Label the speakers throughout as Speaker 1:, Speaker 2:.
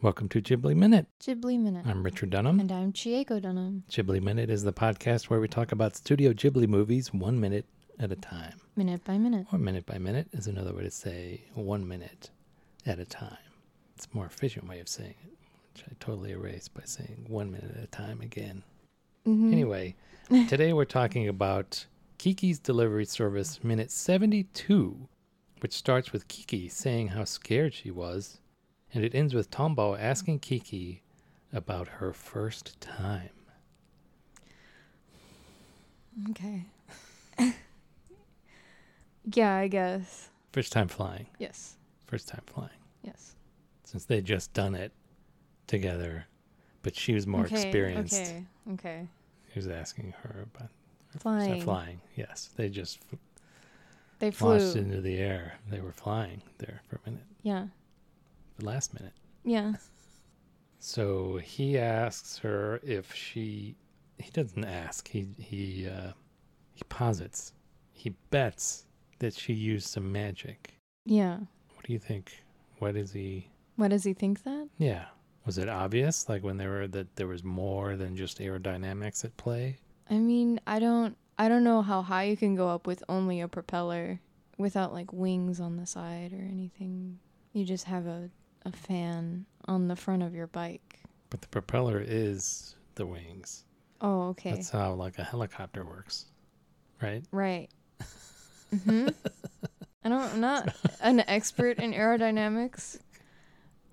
Speaker 1: Welcome to Ghibli Minute.
Speaker 2: Ghibli Minute.
Speaker 1: I'm Richard Dunham.
Speaker 2: and I'm Chieko Dunham.
Speaker 1: Ghibli Minute is the podcast where we talk about Studio Ghibli movies one minute at a time.
Speaker 2: Minute by minute.
Speaker 1: Or minute by minute is another way to say one minute at a time. It's a more efficient way of saying it, which I totally erased by saying one minute at a time again. Anyway, today we're talking about Kiki's Delivery Service Minute 72, which starts with Kiki saying how scared she was, and it ends with Tombo asking Kiki about her first time.
Speaker 2: Okay. yeah, I guess.
Speaker 1: First time flying.
Speaker 2: Yes.
Speaker 1: First time flying.
Speaker 2: Yes.
Speaker 1: Since they just done it together, but she was more experienced.
Speaker 2: Okay. Okay.
Speaker 1: He was asking her about
Speaker 2: Flying.
Speaker 1: flying. flying. Yes, they just f-
Speaker 2: They
Speaker 1: launched
Speaker 2: flew.
Speaker 1: into the air. They were flying there for a minute,
Speaker 2: Yeah.
Speaker 1: the last minute.
Speaker 2: Yeah.
Speaker 1: So he asks her if she. He doesn't ask. He he uh, he posits. He bets that she used some magic.
Speaker 2: Yeah.
Speaker 1: What do you think? What is he?
Speaker 2: What does he think that?
Speaker 1: Yeah. Was it obvious? Like when there were that there was more than just aerodynamics at play.
Speaker 2: I mean, I don't I don't know how high you can go up with only a propeller without like wings on the side or anything. You just have a a fan on the front of your bike.
Speaker 1: But the propeller is the wings.
Speaker 2: Oh, okay.
Speaker 1: That's how like a helicopter works, right?
Speaker 2: Right. hmm I don't, I'm not an expert in aerodynamics.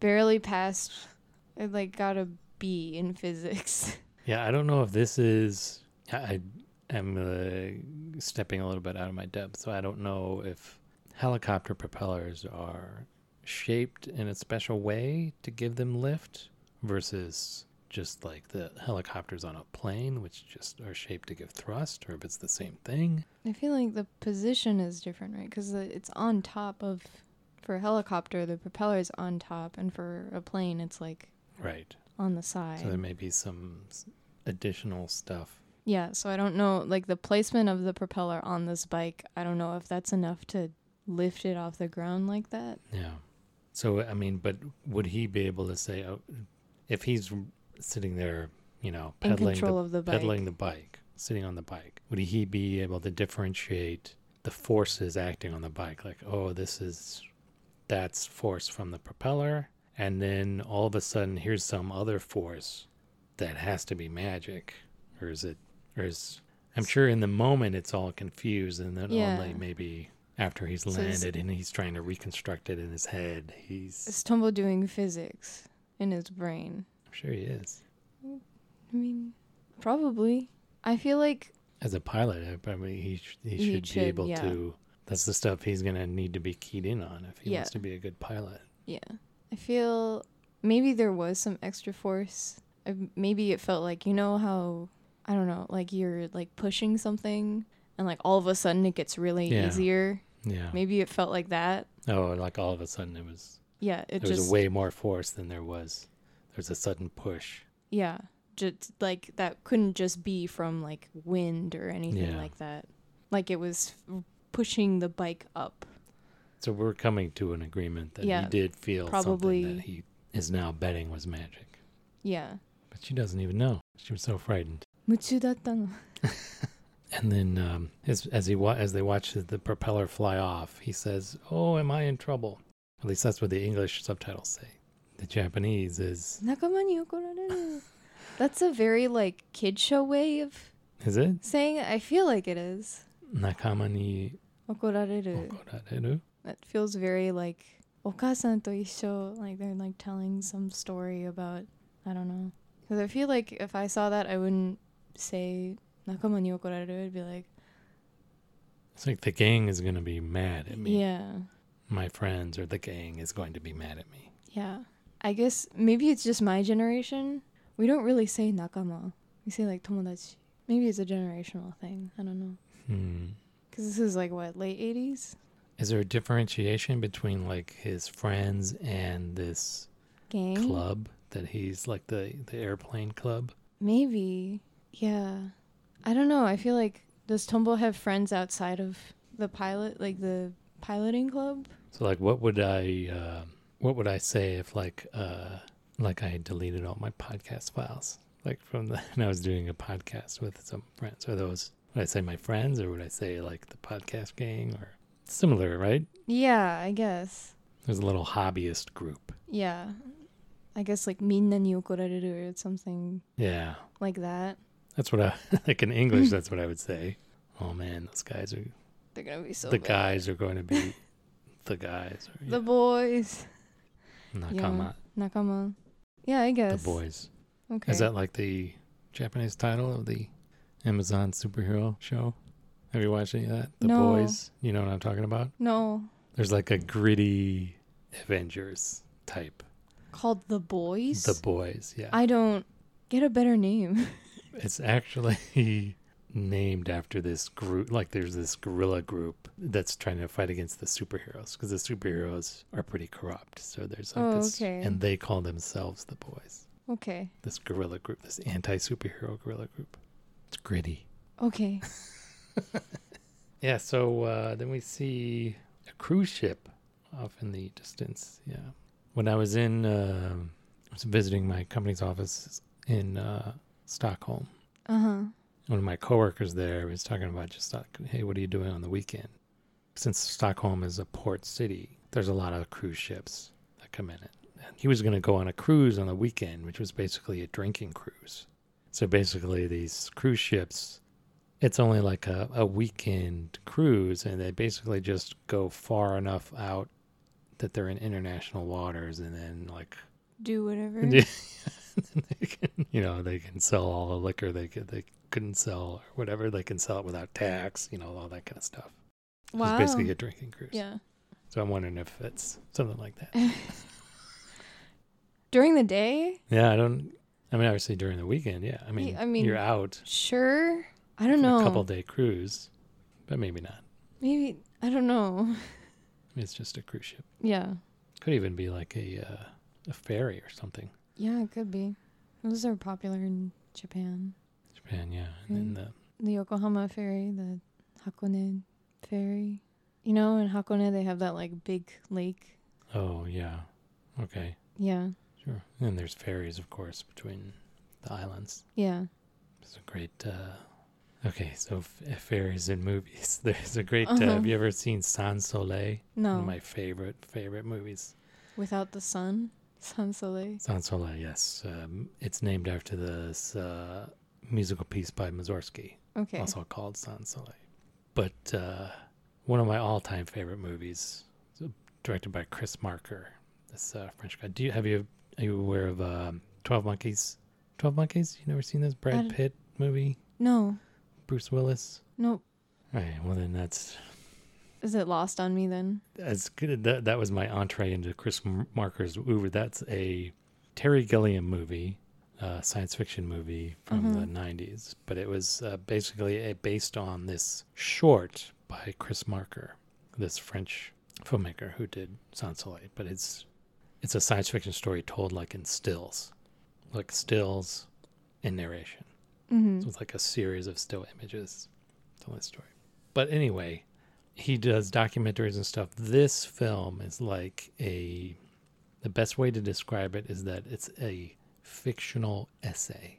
Speaker 2: Barely passed. I like got a B in physics.
Speaker 1: Yeah, I don't know if this is. I I am uh, stepping a little bit out of my depth, so I don't know if helicopter propellers are shaped in a special way to give them lift versus just like the helicopters on a plane, which just are shaped to give thrust, or if it's the same thing.
Speaker 2: I feel like the position is different, right? Because it's on top of. For a helicopter, the propeller is on top, and for a plane, it's like
Speaker 1: Right.
Speaker 2: on the side.
Speaker 1: So there may be some s- additional stuff.
Speaker 2: yeah, so I don't know, like the placement of the propeller on this bike, I don't know if that's enough to lift it off the ground like that.
Speaker 1: Yeah. So I mean, but would he be able to say, oh, if he's sitting there, you know,
Speaker 2: In
Speaker 1: pedaling
Speaker 2: control
Speaker 1: the,
Speaker 2: of the bike.
Speaker 1: pedaling the bike, sitting on the bike, would he be able to differentiate the forces acting on the bike? Like, oh, this is that's force from the propeller, and then all of a sudden, here's some other force that has to be magic, or is it? Or is I'm sure in the moment it's all confused, and then
Speaker 2: Yeah.
Speaker 1: only maybe after he's
Speaker 2: So is-
Speaker 1: landed and he's trying to reconstruct it in his head. He's
Speaker 2: Is Tumbo doing physics in his brain?
Speaker 1: I'm sure he is.
Speaker 2: I mean, probably. I feel like
Speaker 1: As a pilot, I probably he sh- he
Speaker 2: He
Speaker 1: should,
Speaker 2: should,
Speaker 1: be able
Speaker 2: yeah.
Speaker 1: to. That's the stuff he's gonna need to be keyed in on if he
Speaker 2: Yeah.
Speaker 1: wants to be a good pilot.
Speaker 2: yeah. I feel maybe there was some extra force. Uh, Maybe it felt like you know how I don't know, like you're like pushing something and like all of a sudden it gets really
Speaker 1: Yeah.
Speaker 2: easier.
Speaker 1: Yeah.
Speaker 2: Maybe it felt like that.
Speaker 1: Oh, like all of a sudden it was
Speaker 2: Yeah, it
Speaker 1: there
Speaker 2: just
Speaker 1: was way more force than there was. There's a sudden push.
Speaker 2: yeah, just like that couldn't just be from like wind or anything
Speaker 1: Yeah.
Speaker 2: like that. Like it was f- pushing the bike up.
Speaker 1: So we're coming to an agreement that he
Speaker 2: Yeah,
Speaker 1: did feel something
Speaker 2: probably-
Speaker 1: that he is now betting was magic.
Speaker 2: Yeah.
Speaker 1: But she doesn't even know. She was so frightened.
Speaker 2: 夢中だったの。
Speaker 1: And then, um, as as he wa- as they watch the propeller fly off, he says, "Oh, am I in trouble?" At least that's what the English subtitles say. The Japanese is
Speaker 2: 仲間に怒られる。That's a very like kid show way of
Speaker 1: is it
Speaker 2: saying it. I feel like it is.
Speaker 1: nakama ni
Speaker 2: 怒られる.
Speaker 1: okorareru?
Speaker 2: That feels very like お母さんと一緒 like they're like telling some story about I don't know. Cuz I feel like if I saw that I wouldn't say 仲間に怒られる. I'd be like,
Speaker 1: It's like the gang is going to be mad at me.
Speaker 2: yeah.
Speaker 1: My friends or the gang is going to be mad at me.
Speaker 2: Yeah. I guess maybe it's just my generation. We don't really say nakama. We say like 友達. Maybe it's a generational thing. I don't know.
Speaker 1: Hmm.
Speaker 2: Because this is like what, late 80s?
Speaker 1: Is there a differentiation between like his friends and this
Speaker 2: Gang?
Speaker 1: club that he's like the the airplane club?
Speaker 2: Maybe. Yeah. I don't know. I feel like, does Tombo have friends outside of the pilot, like the piloting club?
Speaker 1: So like, what would I uh, what would I say if like uh, like I had deleted all my podcast files, like from the, and I was doing a podcast with some friends. Are those, would I say my friends or would I say like the podcast gang or similar, right?
Speaker 2: Yeah, I guess.
Speaker 1: There's a little hobbyist group.
Speaker 2: Yeah. I guess like minna ni okorareru or something
Speaker 1: Yeah.
Speaker 2: like that.
Speaker 1: That's what I, like in English, that's what I would say. Oh man, those guys are,
Speaker 2: They're gonna be so
Speaker 1: the
Speaker 2: bad.
Speaker 1: guys are going to be the guys. Or,
Speaker 2: The boys.
Speaker 1: yeah,
Speaker 2: yeah.
Speaker 1: nakama,
Speaker 2: Nakama. Yeah, I
Speaker 1: the
Speaker 2: guess.
Speaker 1: boys.
Speaker 2: Okay.
Speaker 1: Is that like the Japanese title of the Amazon superhero show? Have you watched any of that? The
Speaker 2: No.
Speaker 1: Boys? You know what I'm talking about?
Speaker 2: no.
Speaker 1: There's like a gritty Avengers type.
Speaker 2: Called the boys?
Speaker 1: The Boys, yeah.
Speaker 2: I don't get a better name.
Speaker 1: It's actually named after this group. Like there's this guerrilla group that's trying to fight against the superheroes because the superheroes are pretty corrupt. So there's like
Speaker 2: Oh,
Speaker 1: this,
Speaker 2: okay.
Speaker 1: and they call themselves the Boys.
Speaker 2: okay.
Speaker 1: This guerrilla group, this anti-superhero guerrilla group. It's gritty.
Speaker 2: Okay.
Speaker 1: Yeah, so uh, then we see a cruise ship off in the distance. Yeah. When I was in, uh, I was visiting my company's office in uh, Stockholm.
Speaker 2: Uh huh.
Speaker 1: One of my coworkers there was talking about just like, hey, what are you doing on the weekend? Since Stockholm is a port city, there's a lot of cruise ships that come in it. And he was going to go on a cruise on the weekend, which was basically a drinking cruise. So basically, these cruise ships, it's only like a, a weekend cruise, and they basically just go far enough out that they're in international waters, and then like
Speaker 2: Do whatever.
Speaker 1: yeah. they can, you know, they can sell all the liquor they could, they couldn't sell or whatever. They can sell it without tax, you know, all that kind of stuff.
Speaker 2: Wow.
Speaker 1: It's basically a drinking cruise.
Speaker 2: yeah.
Speaker 1: So I'm wondering if it's something like that.
Speaker 2: During the day?
Speaker 1: Yeah, I don't. I mean, obviously during the weekend, yeah. I mean,
Speaker 2: I mean,
Speaker 1: you're out.
Speaker 2: Sure. I don't
Speaker 1: for
Speaker 2: know.
Speaker 1: A couple day cruise, but maybe not.
Speaker 2: Maybe I don't know.
Speaker 1: I mean, it's just a cruise ship.
Speaker 2: Yeah.
Speaker 1: Could even be like a uh, a ferry or something.
Speaker 2: Yeah, it could be. Those are popular in Japan.
Speaker 1: Japan, yeah. And then
Speaker 2: The Yokohama ferry, the Hakone ferry. You know, in Hakone they have that like big lake.
Speaker 1: the oh yeah, okay,
Speaker 2: Yeah.
Speaker 1: sure. And there's ferries, of course, between the islands.
Speaker 2: Yeah.
Speaker 1: It's a great. Uh, okay, so f- uh, fairies in movies. There's a great. Uh,
Speaker 2: Uh-huh.
Speaker 1: have you ever seen Sans Soleil? One
Speaker 2: No.
Speaker 1: of my favorite favorite movies.
Speaker 2: Without the sun. Sun Soleil.
Speaker 1: Sans Soleil. Yes, um, it's named after this uh, musical piece by Mussorgsky,
Speaker 2: Okay.
Speaker 1: also called Sans Soleil. But uh, one of my all-time favorite movies, uh, directed by Chris Marker, this uh, French guy. Do you have you are you aware of um, Twelve Monkeys? Twelve Monkeys. You never seen this Brad
Speaker 2: don't-
Speaker 1: Pitt movie?
Speaker 2: No.
Speaker 1: Bruce Willis.
Speaker 2: Nope.
Speaker 1: All right. Well, then that's
Speaker 2: Is it lost on me then?
Speaker 1: that's good. That, that was my entree into Chris M- Marker's Uber. That's a Terry Gilliam movie, uh, science fiction movie from the '90s, but it was uh, basically a, based on this short by Chris Marker, this French filmmaker who did Sans Soleil. But it's it's a science fiction story told like in stills, like stills and narration.
Speaker 2: Mm-hmm.
Speaker 1: So it's like a series of still images telling the story. But anyway, he does documentaries and stuff. This film is like a the best way to describe it is that it's a fictional essay.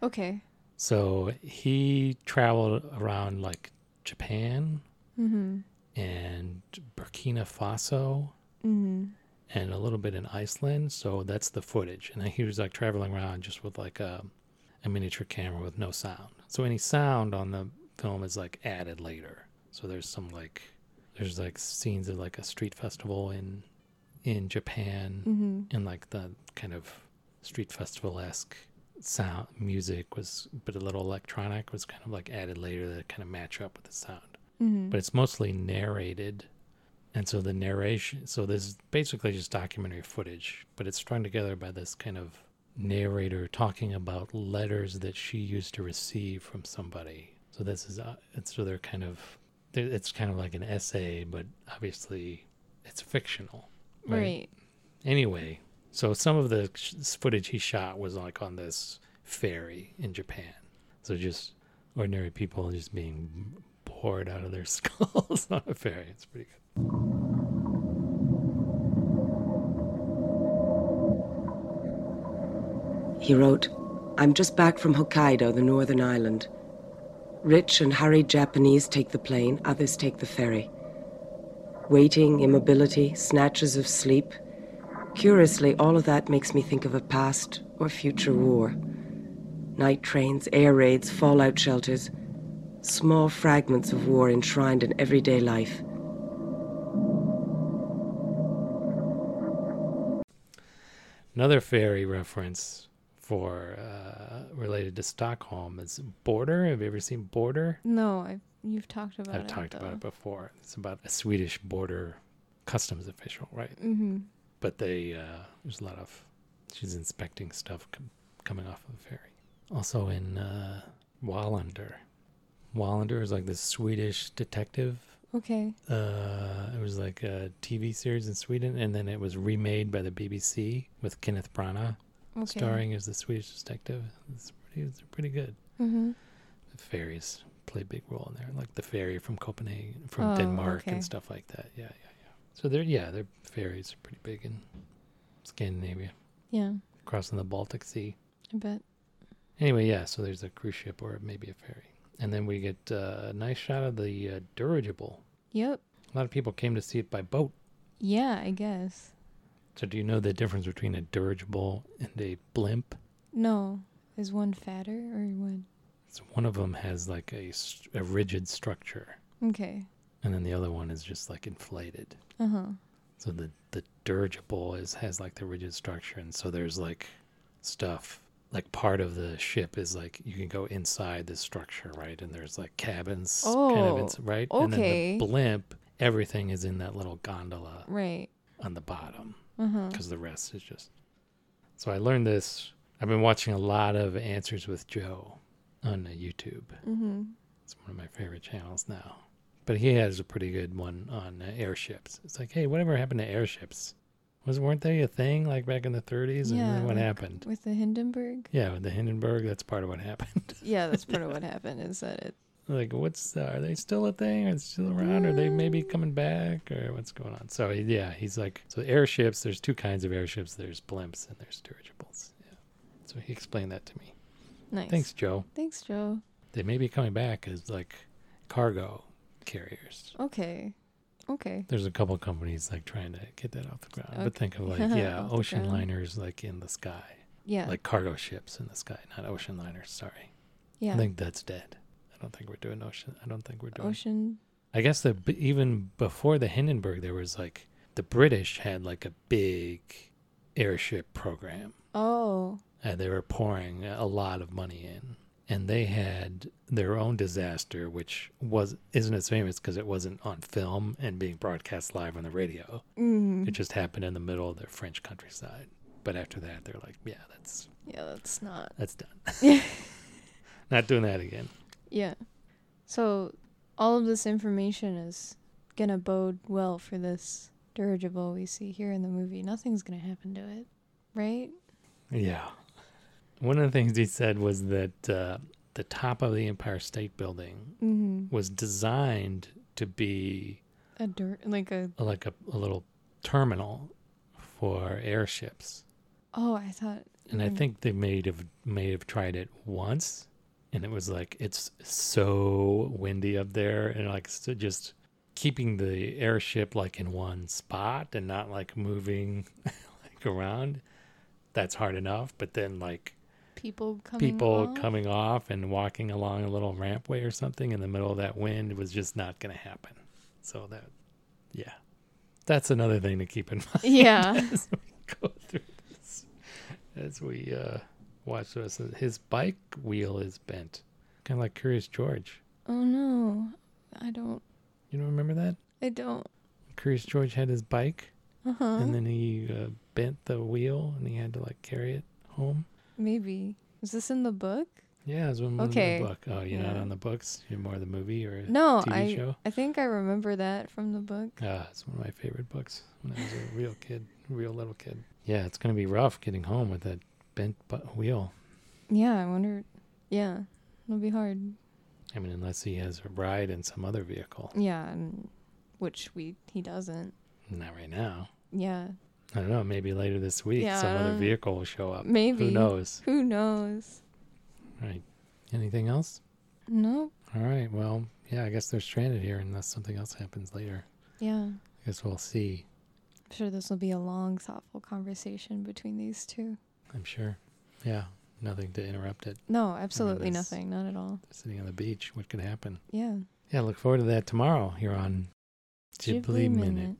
Speaker 2: Okay.
Speaker 1: So he traveled around like Japan
Speaker 2: Mm-hmm.
Speaker 1: and Burkina Faso
Speaker 2: Mm-hmm.
Speaker 1: and a little bit in Iceland. So that's the footage. And he was like traveling around just with like a, a miniature camera with no sound. So any sound on the film is like added later. So there's some like there's like scenes of like a street festival in in Japan
Speaker 2: Mm-hmm.
Speaker 1: and like the kind of street festival esque sound music was but a little electronic was kind of like added later that kind of match up with the sound
Speaker 2: Mm-hmm.
Speaker 1: but it's mostly narrated. And so the narration, so this is basically just documentary footage, but it's strung together by this kind of narrator talking about letters that she used to receive from somebody. So this is, uh, it's so they're kind of, they're- it's kind of like an essay, but obviously it's fictional.
Speaker 2: Right.
Speaker 1: Anyway, so some of the sh- footage he shot was like on this ferry in Japan. So just ordinary people just being bored out of their skulls on a ferry. It's pretty good.
Speaker 3: He wrote, I'm just back from Hokkaido, the northern island. Rich and hurried Japanese take the plane, others take the ferry. Waiting, immobility, snatches of sleep. Curiously, all of that makes me think of a past or future war. Night trains, air raids, fallout shelters, small fragments of war enshrined in everyday life.
Speaker 1: Another fairy reference for uh, related to Stockholm is Border. Have you ever seen Border?
Speaker 2: No, I you've talked about
Speaker 1: I've
Speaker 2: it.
Speaker 1: talked about
Speaker 2: though.
Speaker 1: it before. It's about a Swedish border customs official, right?
Speaker 2: Mhm.
Speaker 1: But they uh, there's a lot of she's inspecting stuff com- coming off of a ferry. Also in uh, Wallander. Wallander is like this Swedish detective.
Speaker 2: Okay.
Speaker 1: Uh, it was like a TV series in Sweden, and then it was remade by the BBC with Kenneth Branagh
Speaker 2: Okay.
Speaker 1: starring as the Swedish detective. It's pretty, it's pretty good.
Speaker 2: hmm
Speaker 1: The fairies play a big role in there, like the fairy from Copenhagen, from
Speaker 2: Oh,
Speaker 1: Denmark,
Speaker 2: okay.
Speaker 1: and stuff like that. Yeah, yeah, yeah. So they're yeah, they're fairies are pretty big in Scandinavia,
Speaker 2: Yeah,
Speaker 1: crossing the Baltic Sea.
Speaker 2: I bet.
Speaker 1: Anyway, yeah. So there's a cruise ship or maybe a ferry, and then we get uh, a nice shot of the uh, dirigible.
Speaker 2: Yep.
Speaker 1: A lot of people came to see it by boat.
Speaker 2: Yeah, I guess.
Speaker 1: So do you know the difference between a dirigible and a blimp?
Speaker 2: No, is one fatter or one?
Speaker 1: So one of them has like a, st- a rigid structure.
Speaker 2: Okay.
Speaker 1: and then the other one is just like inflated.
Speaker 2: Uh huh.
Speaker 1: So the the dirigible is has like the rigid structure, and so there's like stuff like part of the ship is like you can go inside this structure, right? And there's like cabins, kind of,
Speaker 2: Oh,
Speaker 1: ins- right? And
Speaker 2: okay.
Speaker 1: then the blimp, everything is in that little gondola
Speaker 2: Right.
Speaker 1: on the bottom
Speaker 2: Uh huh.
Speaker 1: because the rest is just. So I learned this. I've been watching a lot of Answers with Joe on uh, YouTube.
Speaker 2: Mm-hmm.
Speaker 1: It's one of my favorite channels now. But he has a pretty good one on uh, airships. It's like, hey, whatever happened to airships? Was weren't they a thing like back in the 30s? and
Speaker 2: Yeah,
Speaker 1: then what
Speaker 2: like-
Speaker 1: happened?
Speaker 2: With the Hindenburg.
Speaker 1: Yeah, with the Hindenburg. That's part of what happened.
Speaker 2: Yeah, that's part of what happened. Is that it?
Speaker 1: like, what's are they still a thing? Are they still around? Are they maybe
Speaker 2: Mm.
Speaker 1: coming back? Or what's going on? So he- yeah, he's like, so airships. There's two kinds of airships. There's blimps and there's dirigibles. Yeah. So he explained that to me.
Speaker 2: Nice.
Speaker 1: Thanks, Joe.
Speaker 2: Thanks, Joe.
Speaker 1: They may be coming back as like cargo carriers.
Speaker 2: Okay. Okay.
Speaker 1: there's a couple companies like trying to get that off the ground. But
Speaker 2: Okay.
Speaker 1: think of like
Speaker 2: Yeah,
Speaker 1: yeah,
Speaker 2: off the
Speaker 1: ocean
Speaker 2: ground.
Speaker 1: liners like in the sky,
Speaker 2: Yeah.
Speaker 1: like cargo ships in the sky, not ocean liners. Sorry,
Speaker 2: yeah.
Speaker 1: I think that's dead. I don't think we're doing ocean. I don't think we're doing.
Speaker 2: Ocean.
Speaker 1: I guess the b- even before the Hindenburg, there was like the British had like a big airship program
Speaker 2: Oh.
Speaker 1: and they were pouring a lot of money in and they had their own disaster which was isn't as famous because it wasn't on film and being broadcast live on the radio
Speaker 2: Mm.
Speaker 1: it just happened in the middle of the french countryside but after that they're like yeah that's
Speaker 2: Yeah, that's not.
Speaker 1: that's done not doing that again
Speaker 2: Yeah. So all of this information is gonna bode well for this dirigible we see here in the movie. Nothing's gonna happen to it, right?
Speaker 1: yeah one of the things he said was that uh, the top of the empire state building
Speaker 2: Mm-hmm.
Speaker 1: was designed to be
Speaker 2: A dirt like a
Speaker 1: like a, a little terminal for airships
Speaker 2: oh, I thought
Speaker 1: and I think they may have may have tried it once, and it was like it's so windy up there, and like so just keeping the airship like in one spot and not like moving like around. That's hard enough, but then like
Speaker 2: people coming
Speaker 1: people
Speaker 2: off.
Speaker 1: coming off and walking along a little rampway or something in the middle of that wind was just not going to happen. So that, yeah, that's another thing to keep in mind
Speaker 2: Yeah.
Speaker 1: as we go through this, as we uh, watch this. His bike wheel is bent, kind of like Curious George.
Speaker 2: oh no. I don't
Speaker 1: You don't remember that?
Speaker 2: I don't
Speaker 1: Curious George had his bike,
Speaker 2: uh-huh.
Speaker 1: and then he uh, bent the wheel, and he had to like carry it home.
Speaker 2: Maybe. Is this in the book?
Speaker 1: Yeah, it was one
Speaker 2: Okay.
Speaker 1: the book. Oh, you're not
Speaker 2: Yeah.
Speaker 1: on the books. You're more the movie or
Speaker 2: No,
Speaker 1: TV
Speaker 2: I
Speaker 1: show.
Speaker 2: I think I remember that from the book.
Speaker 1: Ah, it's one of my favorite books when I was a real kid, real little kid. Yeah, it's gonna be rough getting home with that bent bu- wheel.
Speaker 2: Yeah, I wonder yeah. It'll be hard.
Speaker 1: I mean, unless he has a ride in some other vehicle.
Speaker 2: Yeah, and which we he doesn't.
Speaker 1: Not right now.
Speaker 2: Yeah.
Speaker 1: I don't know. Maybe later this week, some other
Speaker 2: Yeah.
Speaker 1: vehicle will show up.
Speaker 2: Maybe.
Speaker 1: Who knows?
Speaker 2: Who knows?
Speaker 1: Right. Anything else?
Speaker 2: Nope.
Speaker 1: All right. Well, yeah. I guess they're stranded here unless something else happens later.
Speaker 2: Yeah.
Speaker 1: I guess we'll see.
Speaker 2: I'm sure this will be a long, thoughtful conversation between these two.
Speaker 1: I'm sure. Yeah. Nothing to interrupt it.
Speaker 2: No, absolutely
Speaker 1: this-
Speaker 2: nothing. Not at all.
Speaker 1: Sitting on the beach. What could happen?
Speaker 2: Yeah.
Speaker 1: Yeah. Look forward to that tomorrow here on Ghibli, Minute.